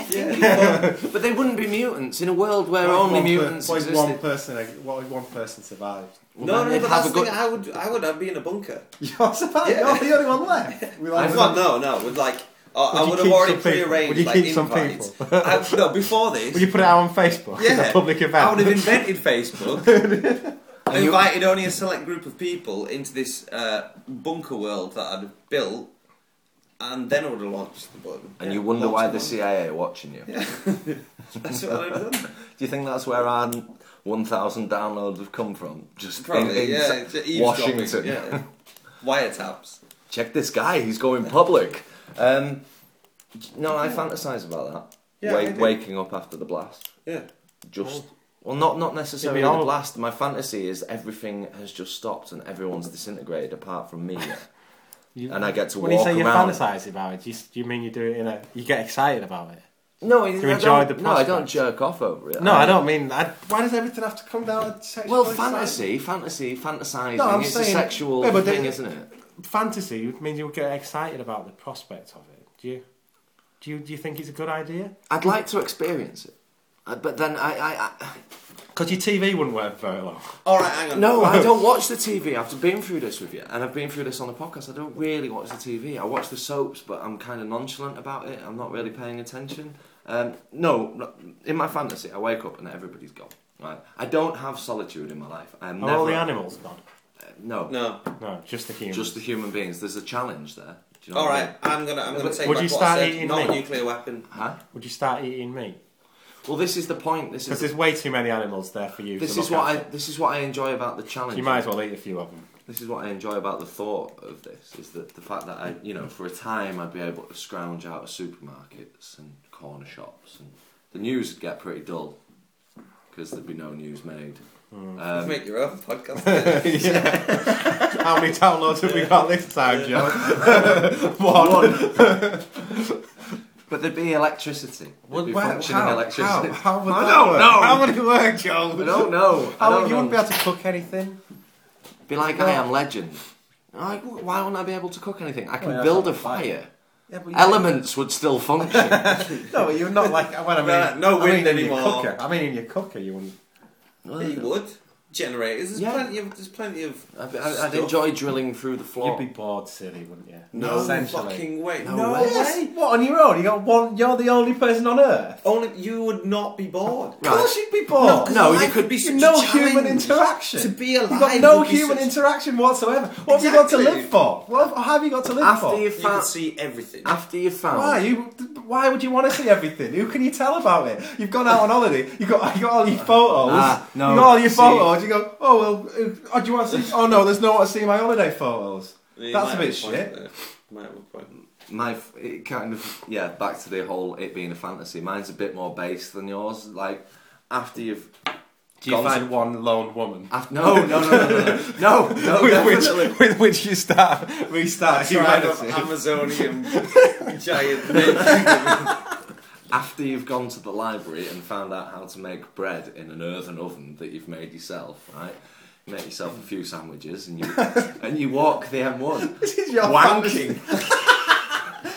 Speaker 1: but they wouldn't be mutants in a world where only mutants
Speaker 2: What if
Speaker 1: existed.
Speaker 2: one person? What if one person survived?
Speaker 1: then
Speaker 3: No, no,
Speaker 1: they'd
Speaker 3: but
Speaker 1: have a
Speaker 3: that's the
Speaker 1: good-
Speaker 3: thing. I would, I would, I'd be in a bunker.
Speaker 2: You're survived.
Speaker 3: Yeah.
Speaker 2: You're the only one left. We like-
Speaker 3: Well, no, no. Would like I-
Speaker 2: Would
Speaker 3: I
Speaker 2: you
Speaker 3: would have
Speaker 2: keep
Speaker 3: already
Speaker 2: some people?
Speaker 3: prearranged.
Speaker 2: Would you
Speaker 3: like,
Speaker 2: keep some
Speaker 3: invites.
Speaker 2: people?
Speaker 3: I, no, before this.
Speaker 2: Would you put it out on Facebook? As a public event.
Speaker 3: I would have invented Facebook. I
Speaker 1: you-
Speaker 3: invited only a select group of people into this uh, bunker world that I'd built, and then I would have launched the button.
Speaker 1: And
Speaker 3: Yeah,
Speaker 1: you wonder why
Speaker 3: launched
Speaker 1: the CIA are watching you.
Speaker 3: button. That's what I'd have done.
Speaker 1: Do you think that's where our 1,000 downloads have come from? Just in-
Speaker 3: Probably,
Speaker 1: in,
Speaker 3: yeah.
Speaker 1: Sa-
Speaker 3: it's eavesdropping,
Speaker 1: Washington.
Speaker 3: Yeah. Wiretaps.
Speaker 1: Check this guy, he's going public. Um, no, I fantasise about that.
Speaker 3: Yeah,
Speaker 1: Wa-
Speaker 3: I do.
Speaker 1: waking up after the blast.
Speaker 3: Yeah.
Speaker 1: Just. Well, not, not necessarily
Speaker 2: It'd be
Speaker 1: the
Speaker 2: all-
Speaker 1: blast. My fantasy is everything has just stopped and everyone's disintegrated apart from me.
Speaker 2: You-
Speaker 1: and I get to
Speaker 2: when
Speaker 1: walk
Speaker 2: you say you
Speaker 1: around.
Speaker 2: fantasise about it, do you, do you mean you do it in a? You get excited about it?
Speaker 1: No, I-
Speaker 2: you
Speaker 1: I don't-
Speaker 2: enjoy the
Speaker 1: No, I don't
Speaker 2: prospect?
Speaker 1: jerk off over it.
Speaker 2: No, I don't mean. I, Uh, why does everything have to come down to
Speaker 1: Well,
Speaker 2: sexual
Speaker 1: fantasy, fantasy, fantasising.
Speaker 2: No, I'm
Speaker 1: it's a
Speaker 2: saying-
Speaker 1: sexual
Speaker 2: Yeah, but
Speaker 1: thing,
Speaker 2: they-
Speaker 1: isn't it?
Speaker 2: Fantasy means you get excited about the prospect of it. Do you? Do you, do you think it's a good idea?
Speaker 1: I'd like to experience it, Uh, but then I, I, I
Speaker 2: Because your TV wouldn't work very long.
Speaker 3: All right, hang on.
Speaker 1: no, I don't watch the TV. I've been through this with you, and I've been through this on the podcast. I don't really watch the TV. I watch the soaps, but I'm kind of nonchalant about it. I'm not really paying attention. Um, no, no, in my fantasy, I wake up and everybody's gone. Right, I don't have solitude in my life. I'm
Speaker 2: Are
Speaker 1: never
Speaker 2: all the animals gone?
Speaker 1: uh, no,
Speaker 3: no.
Speaker 2: Oh, No, just the humans.
Speaker 1: just the human beings. There's a challenge there. Do you know
Speaker 3: All
Speaker 1: what I
Speaker 3: right, I'm gonna I'm gonna take
Speaker 2: Would
Speaker 3: back
Speaker 2: you
Speaker 3: what
Speaker 2: start
Speaker 3: I said.
Speaker 2: eating
Speaker 3: Not a
Speaker 2: meat?
Speaker 3: nuclear weapon.
Speaker 1: mean? Huh?
Speaker 2: Would you start eating meat?
Speaker 1: Well, this is the point. This is
Speaker 2: Because
Speaker 1: the
Speaker 2: there's way too many animals there for you.
Speaker 1: This
Speaker 2: to
Speaker 1: is
Speaker 2: look
Speaker 1: what I
Speaker 2: after.
Speaker 1: this is what I enjoy about the challenge.
Speaker 2: You might as well eat a few of them.
Speaker 1: This is what I enjoy about the thought of this is that the fact that I you know for a time I'd be able to scrounge out of supermarkets and corner shops and the news would get pretty dull because there'd be no news made.
Speaker 3: Just
Speaker 2: Hmm.
Speaker 1: Um,
Speaker 3: make your own podcast.
Speaker 2: How many downloads have we got this time, John?
Speaker 1: One. but there'd be electricity. There'd
Speaker 2: Well,
Speaker 1: be
Speaker 2: where-
Speaker 1: functioning
Speaker 2: how,
Speaker 1: electricity.
Speaker 2: How, how would
Speaker 1: I
Speaker 2: that
Speaker 1: don't
Speaker 2: work?
Speaker 1: know.
Speaker 2: How would it work, Joe?
Speaker 1: I don't know. I
Speaker 2: How,
Speaker 1: don't
Speaker 2: you
Speaker 1: know.
Speaker 2: wouldn't be able to cook anything.
Speaker 1: Be like
Speaker 2: No.
Speaker 1: I am legend. Like, wh- why wouldn't I be able to cook anything? I can
Speaker 2: Well, Oh, yeah,
Speaker 1: build a
Speaker 2: that's not
Speaker 1: fire.
Speaker 2: Yeah, but
Speaker 1: Elements would still function.
Speaker 2: No, you're not like. Well, I mean,
Speaker 3: No, no
Speaker 2: I
Speaker 3: wind
Speaker 2: mean in your
Speaker 3: anymore.
Speaker 2: cooker. I mean, in your cooker, you wouldn't.
Speaker 1: Well,
Speaker 3: Yeah, you would. Generators. There's
Speaker 1: Yeah.
Speaker 3: plenty of. There's plenty of.
Speaker 1: I- I- I'd,
Speaker 3: stuff.
Speaker 1: enjoy drilling through the floor.
Speaker 2: You'd be bored, silly, wouldn't you?
Speaker 3: No
Speaker 2: Essentially.
Speaker 3: fucking way.
Speaker 1: No
Speaker 3: No.
Speaker 1: way.
Speaker 2: Oh, Yes. What on your own? You got one. You're the only person on earth.
Speaker 3: Only you would not be bored.
Speaker 1: Right.
Speaker 2: Of course, you'd be bored.
Speaker 1: No, you
Speaker 3: Life
Speaker 1: could-
Speaker 3: would be such a
Speaker 2: no
Speaker 3: challenge.
Speaker 2: human interaction.
Speaker 3: To be alive.
Speaker 2: You've got no
Speaker 3: would be
Speaker 2: human
Speaker 3: such-
Speaker 2: interaction whatsoever. What have you got to
Speaker 3: Exactly.
Speaker 2: live for? What have- have you got to live
Speaker 1: after
Speaker 2: for?
Speaker 1: you
Speaker 3: You could
Speaker 1: found,
Speaker 3: see everything.
Speaker 1: after you found,
Speaker 2: Why you? Why would you want to see everything? Who can you tell about it? You've gone out on holiday. You got you got all your photos.
Speaker 1: Ah, no.
Speaker 2: You got all your
Speaker 1: See-
Speaker 2: photos. You go. Oh well. uh, Oh, do you want to see? Oh no, there's no one to see my holiday photos.
Speaker 3: You
Speaker 2: That's
Speaker 3: might
Speaker 2: a bit
Speaker 3: have point
Speaker 2: shit.
Speaker 3: there. Might have a point.
Speaker 1: my f- it kind of yeah, back to the whole it being a fantasy. Mine's a bit more base than yours. Like after you've.
Speaker 2: Do you
Speaker 1: gone to-
Speaker 2: find one lone woman?
Speaker 1: af- no, no, no, no, no, no, no, no definitely.
Speaker 2: with which you start restart
Speaker 3: Tribe of Amazonian giant men.
Speaker 1: After you've gone to the library and found out how to make bread in an earthen oven that you've made yourself, right? You make yourself a few sandwiches and you and you walk the M1,
Speaker 2: This is your fantasy.
Speaker 1: wanking.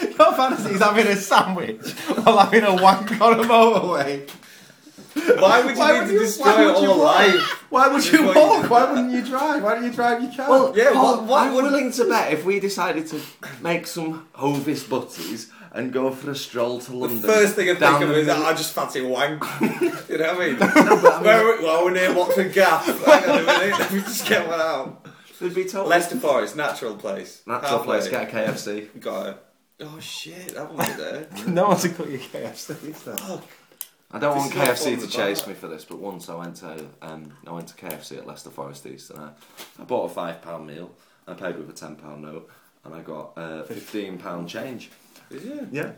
Speaker 2: Your fantasy is having a sandwich or having a wank on a motorway.
Speaker 3: Why would you
Speaker 2: Why
Speaker 3: need
Speaker 2: would
Speaker 3: to
Speaker 2: you- why
Speaker 3: destroy
Speaker 2: would you want-
Speaker 3: all life?
Speaker 2: Why would
Speaker 3: This
Speaker 2: you
Speaker 3: is what you
Speaker 2: walk?
Speaker 3: do.
Speaker 2: Why wouldn't you drive? Why don't you drive your car?
Speaker 1: Well,
Speaker 3: Yeah,
Speaker 1: yeah,
Speaker 3: what- what
Speaker 1: I'm
Speaker 3: would-
Speaker 1: willing to bet if we decided to make some Hovis butties and go for a stroll to
Speaker 3: The
Speaker 1: London.
Speaker 3: first thing I
Speaker 1: down
Speaker 3: think of
Speaker 1: the
Speaker 3: is that
Speaker 1: middle-
Speaker 3: I just fancy a wank. you know what I mean? Where are we, well, we're near Watford Gap. Hang on a minute, let me just get one out.
Speaker 1: There'd be total
Speaker 3: Leicester Forest, natural place.
Speaker 1: natural place.
Speaker 3: Halfway.
Speaker 1: Get a KFC.
Speaker 3: Got it. Oh shit, that one's there.
Speaker 2: no one's to cut your KFC. Is there?
Speaker 1: I don't
Speaker 3: This
Speaker 1: want
Speaker 3: is not
Speaker 1: KFC
Speaker 3: fun
Speaker 1: to
Speaker 3: at
Speaker 1: chase
Speaker 3: all.
Speaker 1: me for this, but once I went to um, I went to KFC at Leicester Forest East, and I, I bought a five pound meal. I paid with a ten pound note, and I got uh, fifteen pound change.
Speaker 3: Did you?
Speaker 1: Yeah.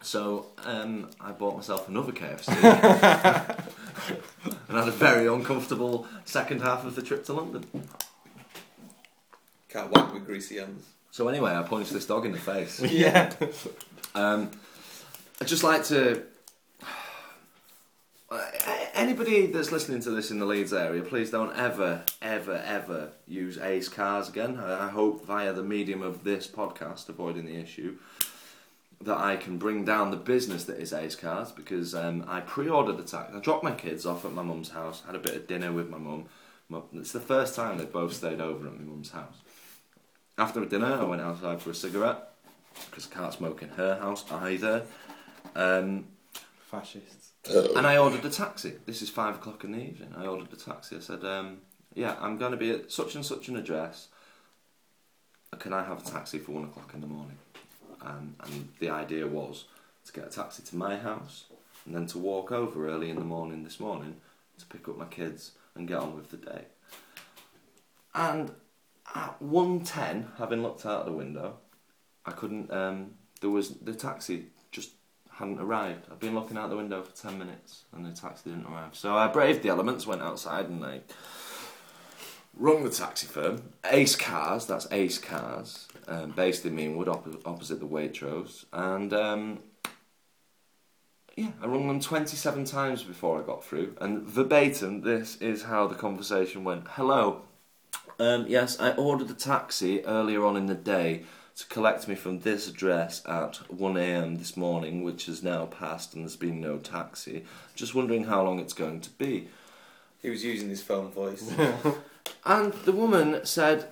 Speaker 1: So um, I bought myself another KFC, and had a very uncomfortable second half of the trip to London.
Speaker 3: Can't wank with greasy hands.
Speaker 1: So anyway, I punched this dog in the face.
Speaker 2: Yeah.
Speaker 1: Um, I'd just like to. Anybody that's listening to this in the Leeds area, please don't ever, ever, ever use Ace Cars again. I I hope via the medium of this podcast, avoiding the issue, that I can bring down the business that is Ace Cars because um, I pre-ordered a taxi. I dropped my kids off at my mum's house, had a bit of dinner with my mum. My- It's the first time they've both stayed over at my mum's house. After dinner, I went outside for a cigarette because I can't smoke in her house either. Um,
Speaker 2: Fascists.
Speaker 1: and I ordered a taxi. This is five o'clock in the evening. I ordered a taxi. I said, um, "Yeah, I'm going to be at such and such an address. Uh, Can I have a taxi for one o'clock in the morning?" Um, and the idea was to get a taxi to my house and then to walk over early in the morning this morning to pick up my kids and get on with the day. And at one ten, having looked out the window, I couldn't. Um, there was the taxi just hadn't arrived. I'd been looking out the window for ten minutes, and the taxi didn't arrive. So I braved the elements, went outside, and I Rung the taxi firm, Ace Cars, that's Ace Cars, um, based in Meanwood, op- opposite the Waitrose, and um, yeah, I rung them 27 times before I got through, and verbatim, this is how the conversation went. Hello, um, yes, I ordered a taxi earlier on in the day to collect me from this address at 1am this morning, which has now passed and there's been no taxi. Just wondering how long it's going to be.
Speaker 3: He was using his phone voice.
Speaker 1: And the woman said,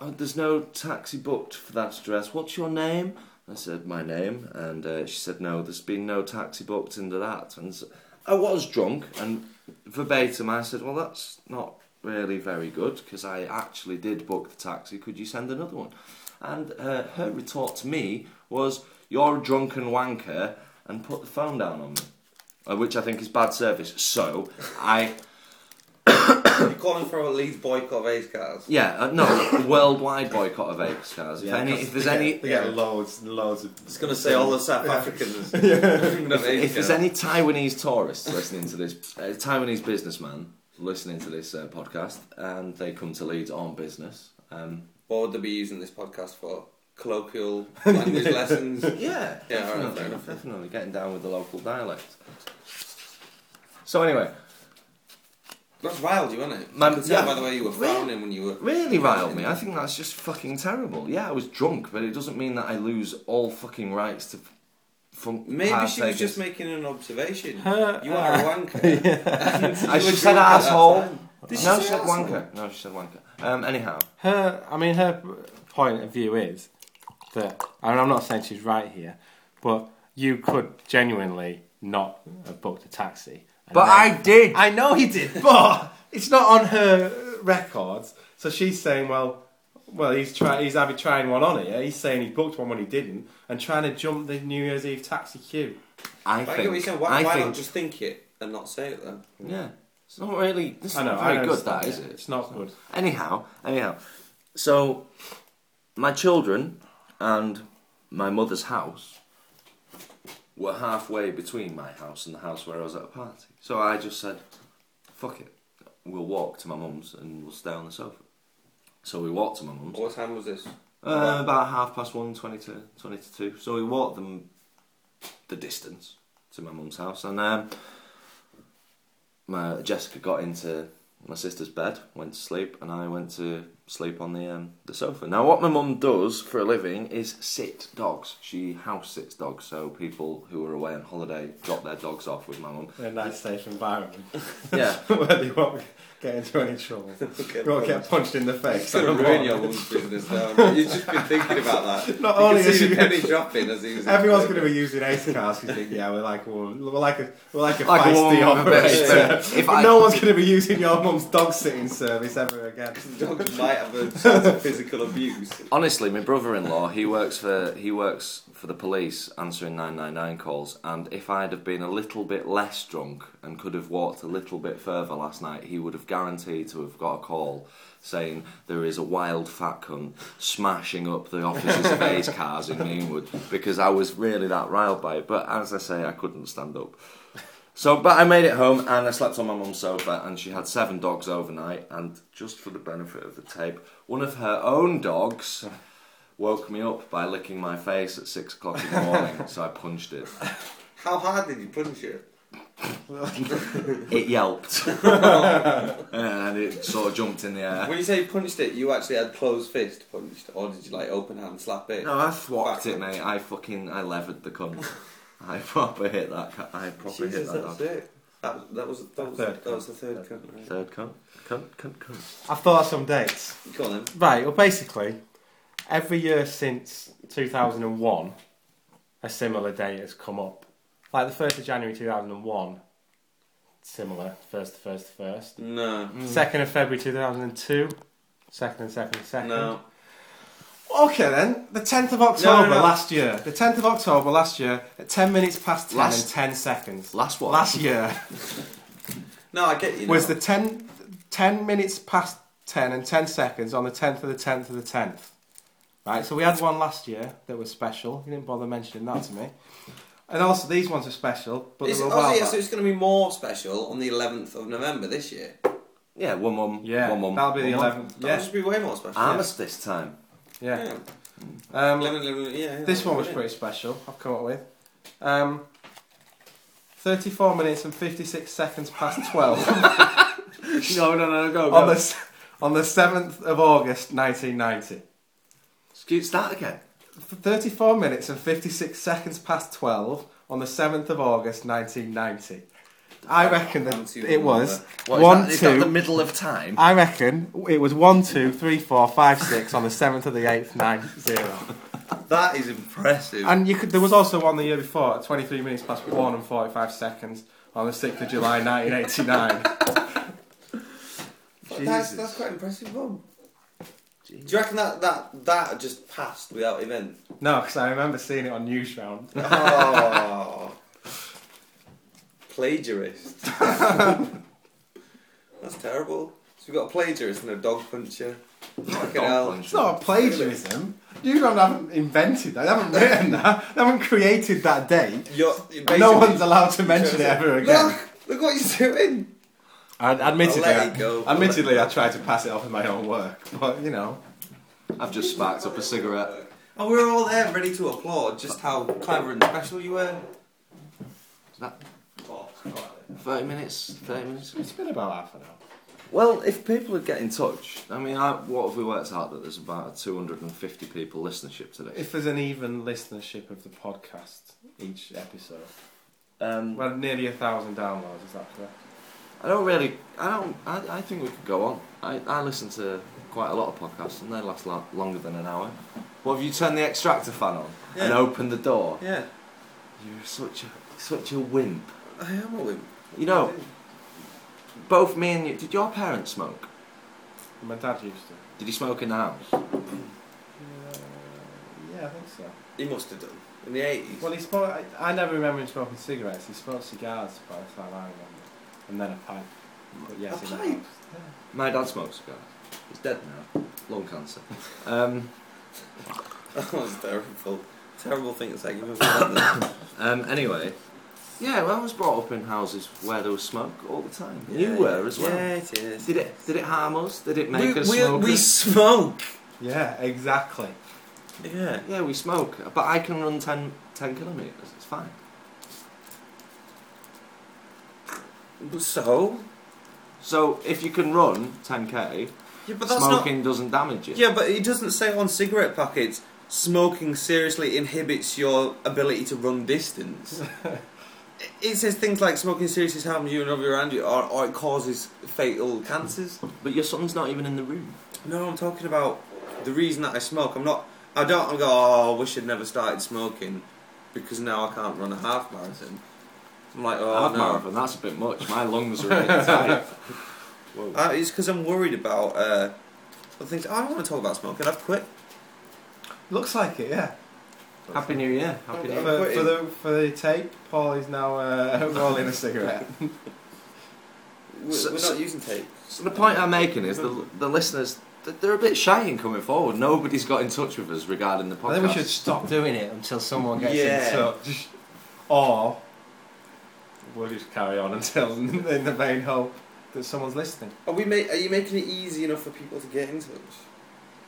Speaker 1: oh, There's no taxi booked for that address. What's your name? I said, My name. And uh, she said, No, there's been no taxi booked into that. And so, I was drunk, and verbatim I said, Well, that's not really very good because I actually did book the taxi. Could you send another one? And uh, her retort to me was, You're a drunken wanker, and put the phone down on me. Uh, Which I think is bad service. So I
Speaker 3: You're calling for a Leeds boycott of Ace cars.
Speaker 1: Yeah, uh, no, worldwide boycott of ape cars. If,
Speaker 2: Yeah,
Speaker 1: any,
Speaker 2: 'cause
Speaker 1: if there's
Speaker 2: they
Speaker 1: any,
Speaker 2: get, they get loads, and loads of.
Speaker 3: I was going to say all the South Africans.
Speaker 1: if there's any Taiwanese tourists listening to this, uh, Taiwanese businessman listening to this uh, podcast, and they come to Leeds on business, um,
Speaker 3: What would they be using this podcast for? Colloquial language lessons.
Speaker 1: yeah,
Speaker 3: Yeah, alright,
Speaker 1: definitely,
Speaker 3: fair enough.
Speaker 1: definitely getting down with the local dialect. So anyway,
Speaker 3: That's wild, you weren't it?
Speaker 1: Man,
Speaker 3: I could tell
Speaker 1: yeah.
Speaker 3: by the way you were
Speaker 1: Really?
Speaker 3: frowning when you were.
Speaker 1: really riled me. I think that's just fucking terrible. Yeah, I was drunk, but it doesn't mean that I lose all fucking rights to. From
Speaker 3: Maybe she was
Speaker 1: partakers.
Speaker 3: just making an observation.
Speaker 2: Her-
Speaker 3: you are a
Speaker 1: uh,
Speaker 3: wanker. And you
Speaker 1: I
Speaker 3: were
Speaker 1: should have
Speaker 3: drunk
Speaker 1: said
Speaker 3: at that
Speaker 1: asshole.
Speaker 3: time.
Speaker 1: No,
Speaker 3: Did
Speaker 1: she
Speaker 3: she say
Speaker 1: said
Speaker 3: asshole?
Speaker 1: wanker. No, she said wanker. Um, anyhow,
Speaker 2: Her, I mean, her point of view is that, and I'm not saying she's right here, but you could genuinely not have booked a taxi. and
Speaker 1: but
Speaker 2: then-
Speaker 1: I did.
Speaker 2: I know he did, but it's not on her records. So she's saying, well, well, he's try- he's having trying one on it. Yeah? He's saying he booked one when he didn't, and trying to jump the New Year's Eve taxi queue.
Speaker 1: I
Speaker 3: But I get what you're
Speaker 1: think.
Speaker 3: saying. Why,
Speaker 1: I
Speaker 3: why
Speaker 1: think.
Speaker 3: not just think it and not say it then?
Speaker 1: Yeah, it's not really. This is
Speaker 2: I know.
Speaker 1: not very
Speaker 2: I know
Speaker 1: good. That is it.
Speaker 2: It's not good.
Speaker 1: Anyhow, anyhow, so my children and my mother's house were halfway between my house and the house where I was at a party. So I just said, "Fuck it, we'll walk to my mum's and we'll stay on the sofa." So we walked to my mum's.
Speaker 3: What time was this?
Speaker 1: Uh, about half past one, 20 to, 20 to 2. So we walked them the distance to my mum's house. And um, my Jessica got into my sister's bed, went to sleep, and I went to sleep on the, um, the sofa. Now, what my mum does for a living is sit dogs. She house sits dogs. So people who are away on holiday drop their dogs off with my mum.
Speaker 2: In a nice safe environment
Speaker 1: Yeah.
Speaker 2: where they won't get into any trouble.
Speaker 3: Okay,
Speaker 2: They won't get punched in the
Speaker 3: It's
Speaker 2: face.
Speaker 3: going to ruin your mum's business now. You've just been thinking about that.
Speaker 2: Not
Speaker 3: You
Speaker 2: only
Speaker 3: can
Speaker 2: is
Speaker 3: see the
Speaker 2: she
Speaker 3: penny dropping as he was.
Speaker 2: Everyone's going to be using ace cars because think, yeah, we're like a woman- we're like a we're like a
Speaker 1: Like a woman with a
Speaker 2: feisty
Speaker 1: bit of
Speaker 2: operator.
Speaker 1: spirit. If
Speaker 2: But
Speaker 1: I-
Speaker 2: no one's going to be using your mum's dog sitting service ever again.
Speaker 3: Dogs might have a sort of physical abuse.
Speaker 1: Honestly, my brother-in-law, he works for he works for the police, answering nine nine nine calls. And if I'd have been a little bit less drunk and could have walked a little bit further last night, he would have guaranteed to have got a call saying there is a wild fat cunt smashing up the officers' of A's cars in Meanwood because I was really that riled by it. But as I say, I couldn't stand up. So, but I made it home and I slept on my mum's sofa, and she had seven dogs overnight. And just for the benefit of the tape, one of her own dogs woke me up by licking my face at six o'clock in the morning. so I punched it.
Speaker 3: How hard did you punch it?
Speaker 1: It yelped, and it sort of jumped in the air.
Speaker 3: When you say you punched it, you actually had closed fist punched, or did you like open hand slap it?
Speaker 1: No, I thwacked it, mate. I fucking I levered the cunt. I proper hit that. Cu- I proper hit
Speaker 3: Jesus,
Speaker 1: that
Speaker 3: that's
Speaker 1: dog.
Speaker 3: it. That, that was that was,
Speaker 2: Third
Speaker 3: that was the third cunt. right?
Speaker 1: Third cunt, cunt, cunt, cunt.
Speaker 2: I've thought of some dates.
Speaker 3: Go on then.
Speaker 2: Right, well, basically, every year since 2001, a similar date has come up. Like the 1st of January 2001, similar, 1st, 1st, 1st.
Speaker 3: No,
Speaker 1: Hmm.
Speaker 2: 2nd of February 2002, 2nd and 2nd and 2nd.
Speaker 3: no.
Speaker 2: Okay then, the 10th of October last year. The 10th of October last year, at 10 minutes past 10
Speaker 1: Last-
Speaker 2: and 10 seconds.
Speaker 1: Last one.
Speaker 2: Last year
Speaker 3: No, I get you.
Speaker 2: was
Speaker 3: now.
Speaker 2: the 10, 10 minutes past 10 and 10 seconds on the 10th of the 10th of the 10th. Right, so we had one last year that was special. You didn't bother mentioning that to me. And also, these ones are special, but they
Speaker 3: It's,
Speaker 2: were a
Speaker 3: oh,
Speaker 2: while
Speaker 3: yeah, so
Speaker 2: back.
Speaker 3: it's going to be more special on the 11th of November this year.
Speaker 1: Yeah, one one.
Speaker 2: Yeah,
Speaker 1: one one.
Speaker 2: that'll be the
Speaker 1: one one.
Speaker 2: 11th.
Speaker 3: That would
Speaker 2: Yeah,
Speaker 3: just be way more special.
Speaker 1: Armistice time.
Speaker 2: yeah.
Speaker 3: Yeah.
Speaker 2: Um,
Speaker 3: Lemon, lemon, yeah, yeah.
Speaker 2: this one was pretty special, I've come up with. Um, 34 minutes and 56 seconds past 12
Speaker 1: no, no, no, go, go.
Speaker 2: on, the, s- on the 7th of August 1990.
Speaker 1: Excuse, start again.
Speaker 2: 34 minutes and 56 seconds past 12 on the 7th of August 1990. I reckon
Speaker 3: I'm
Speaker 2: that
Speaker 3: too
Speaker 2: it was
Speaker 1: uh, What, is
Speaker 2: one,
Speaker 1: that, is that the
Speaker 2: two.
Speaker 1: middle of time?
Speaker 2: I reckon it was one, two, three, four, five, six on the 7th of the 8th, 9 0.
Speaker 3: That is impressive.
Speaker 2: And you could, there was also one the year before, at 23 minutes past 1 and 45 seconds on the 6th of July 1989.
Speaker 3: But that's,
Speaker 1: Jesus.
Speaker 3: that's quite impressive, Bob. Do
Speaker 1: Jeez.
Speaker 3: you reckon that, that, that just passed without event?
Speaker 2: no, because I remember seeing it on Newsround.
Speaker 3: Oh. plagiarist. That's terrible. So we've got a plagiarist and a dog puncher. Fucking
Speaker 1: Dog
Speaker 3: hell.
Speaker 1: puncher.
Speaker 2: It's not a plagiarism. Newsround haven't invented that, they haven't written that, they haven't created that date.
Speaker 3: You're, you're
Speaker 2: And no
Speaker 3: basically-
Speaker 2: one's allowed to mention it ever again.
Speaker 3: Look! Look what you're doing!
Speaker 2: And admittedly,
Speaker 3: I'll let it go.
Speaker 2: admittedly, I tried to pass it off as my own work, but you know,
Speaker 1: I've just sparked up a cigarette.
Speaker 3: And Oh, we're all there ready to applaud just how clever and special you were. Oh,
Speaker 1: Is that thirty minutes? Thirty minutes?
Speaker 2: it's been about half an hour.
Speaker 1: Well, if people would get in touch, I mean, I, what have we worked out that there's about two hundred and fifty people listenership to this?
Speaker 2: If there's an even listenership of the podcast each episode,
Speaker 1: Um,
Speaker 2: well, nearly a thousand downloads. Is that correct?
Speaker 1: I don't really. I don't. I, I think we could go on. I, I listen to quite a lot of podcasts, and they last lo- longer than an hour. What have you turned the extractor fan on and
Speaker 3: Yeah.
Speaker 1: opened the door?
Speaker 3: Yeah,
Speaker 1: You're such a such a wimp.
Speaker 3: I am a wimp.
Speaker 1: You know, both me and you. Did your parents smoke?
Speaker 2: My dad used to.
Speaker 1: Did he smoke in the house?
Speaker 2: Uh, yeah, I think so.
Speaker 3: He must have done. In the 80s.
Speaker 2: Well, he smoked. I, I never remember him smoking cigarettes. He smoked cigars by the time I remember, and then a pipe. But yes,
Speaker 3: A
Speaker 2: in the
Speaker 3: pipe?
Speaker 2: house. Yeah.
Speaker 1: My dad smoked cigars. He's dead now. Lung cancer. Um,
Speaker 3: that was terrible. Terrible thing to say. Give him a
Speaker 1: um, anyway, yeah, well, I was brought up in houses where there was smoke all the time. you
Speaker 3: Yeah,
Speaker 1: were as well.
Speaker 3: Yeah, it is.
Speaker 1: Did it? Did it harm us? Did it make
Speaker 3: we,
Speaker 1: us
Speaker 3: we,
Speaker 1: smoke?
Speaker 3: we smoke.
Speaker 2: Yeah, exactly.
Speaker 3: Yeah.
Speaker 1: Yeah, we smoke, but I can run 10, 10 kilometres. It's fine.
Speaker 3: So?
Speaker 1: So if you can run 10k,
Speaker 3: Yeah, but that's not.
Speaker 1: smoking doesn't damage it.
Speaker 3: Yeah, but it doesn't say on cigarette packets smoking seriously inhibits your ability to run distance. It- it says things like smoking seriously harms you and others around you, or, or it causes fatal cancers.
Speaker 1: But your son's not even in the room.
Speaker 3: No, I'm talking about the reason that I smoke. I'm not. I don't go. Oh, I wish I'd never started smoking because now I can't run a half marathon. I'm like, oh
Speaker 1: Half
Speaker 3: no.
Speaker 1: marathon, that's a bit much. My lungs are really tight. Whoa.
Speaker 3: Uh, it's because I'm worried about uh, other things. I don't want to talk about smoking. I've quit.
Speaker 2: Looks like it. Yeah.
Speaker 1: Happy New Year. Happy New
Speaker 2: For,
Speaker 1: Year.
Speaker 2: for the for the tape, Paul is now uh, rolling a cigarette.
Speaker 3: We're,
Speaker 1: So-
Speaker 3: we're
Speaker 1: so-
Speaker 3: not using tape.
Speaker 1: So the point I'm making is the, the listeners, th- they're a bit shy in coming forward. Nobody's got in touch with us regarding the podcast.
Speaker 2: I think we should stop doing it until someone gets
Speaker 3: Yeah.
Speaker 2: in touch. Or we'll just carry on until in the vain hope that someone's listening.
Speaker 3: Are we? Ma- are you making it easy enough for people to get in touch?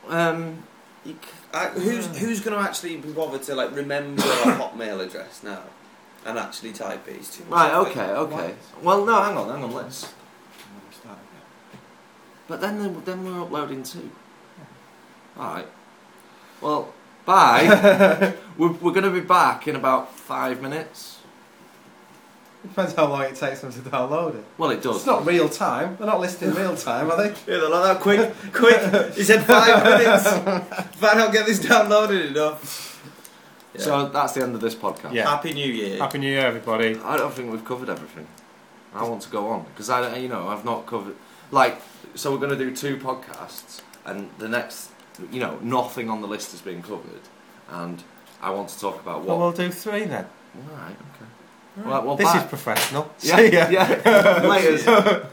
Speaker 1: Um, you c-
Speaker 3: I, who's
Speaker 1: Yeah.
Speaker 3: who's going to actually be bothered to like remember a Hotmail address now and actually type it? It's too much
Speaker 1: right,
Speaker 3: effort.
Speaker 1: okay, okay. Well, no, hang on, hang on, let's. But then, they- then we're uploading too. Alright. Well, bye. we're we're going to be back in about five minutes.
Speaker 2: Depends how long it takes them to download it.
Speaker 1: Well, it does.
Speaker 2: It's not real time. They're not listening real time, are they?
Speaker 3: Yeah, they're like that quick, quick. He said five minutes. If I don't get this downloaded enough. Yeah.
Speaker 1: So that's the end of this podcast.
Speaker 2: Yeah.
Speaker 3: Happy New Year.
Speaker 2: New Year, everybody.
Speaker 1: I don't think we've covered everything. I want to go on because I, don't- you know, I've not covered. Like, so we're going to do two podcasts, and the next, you know, nothing on the list has been covered, and I want to talk about what.
Speaker 2: Well, we'll do three then.
Speaker 1: All right, okay. Well, well,
Speaker 2: this
Speaker 1: bye.
Speaker 2: is professional.
Speaker 1: yeah,
Speaker 2: See ya.
Speaker 1: yeah. Later.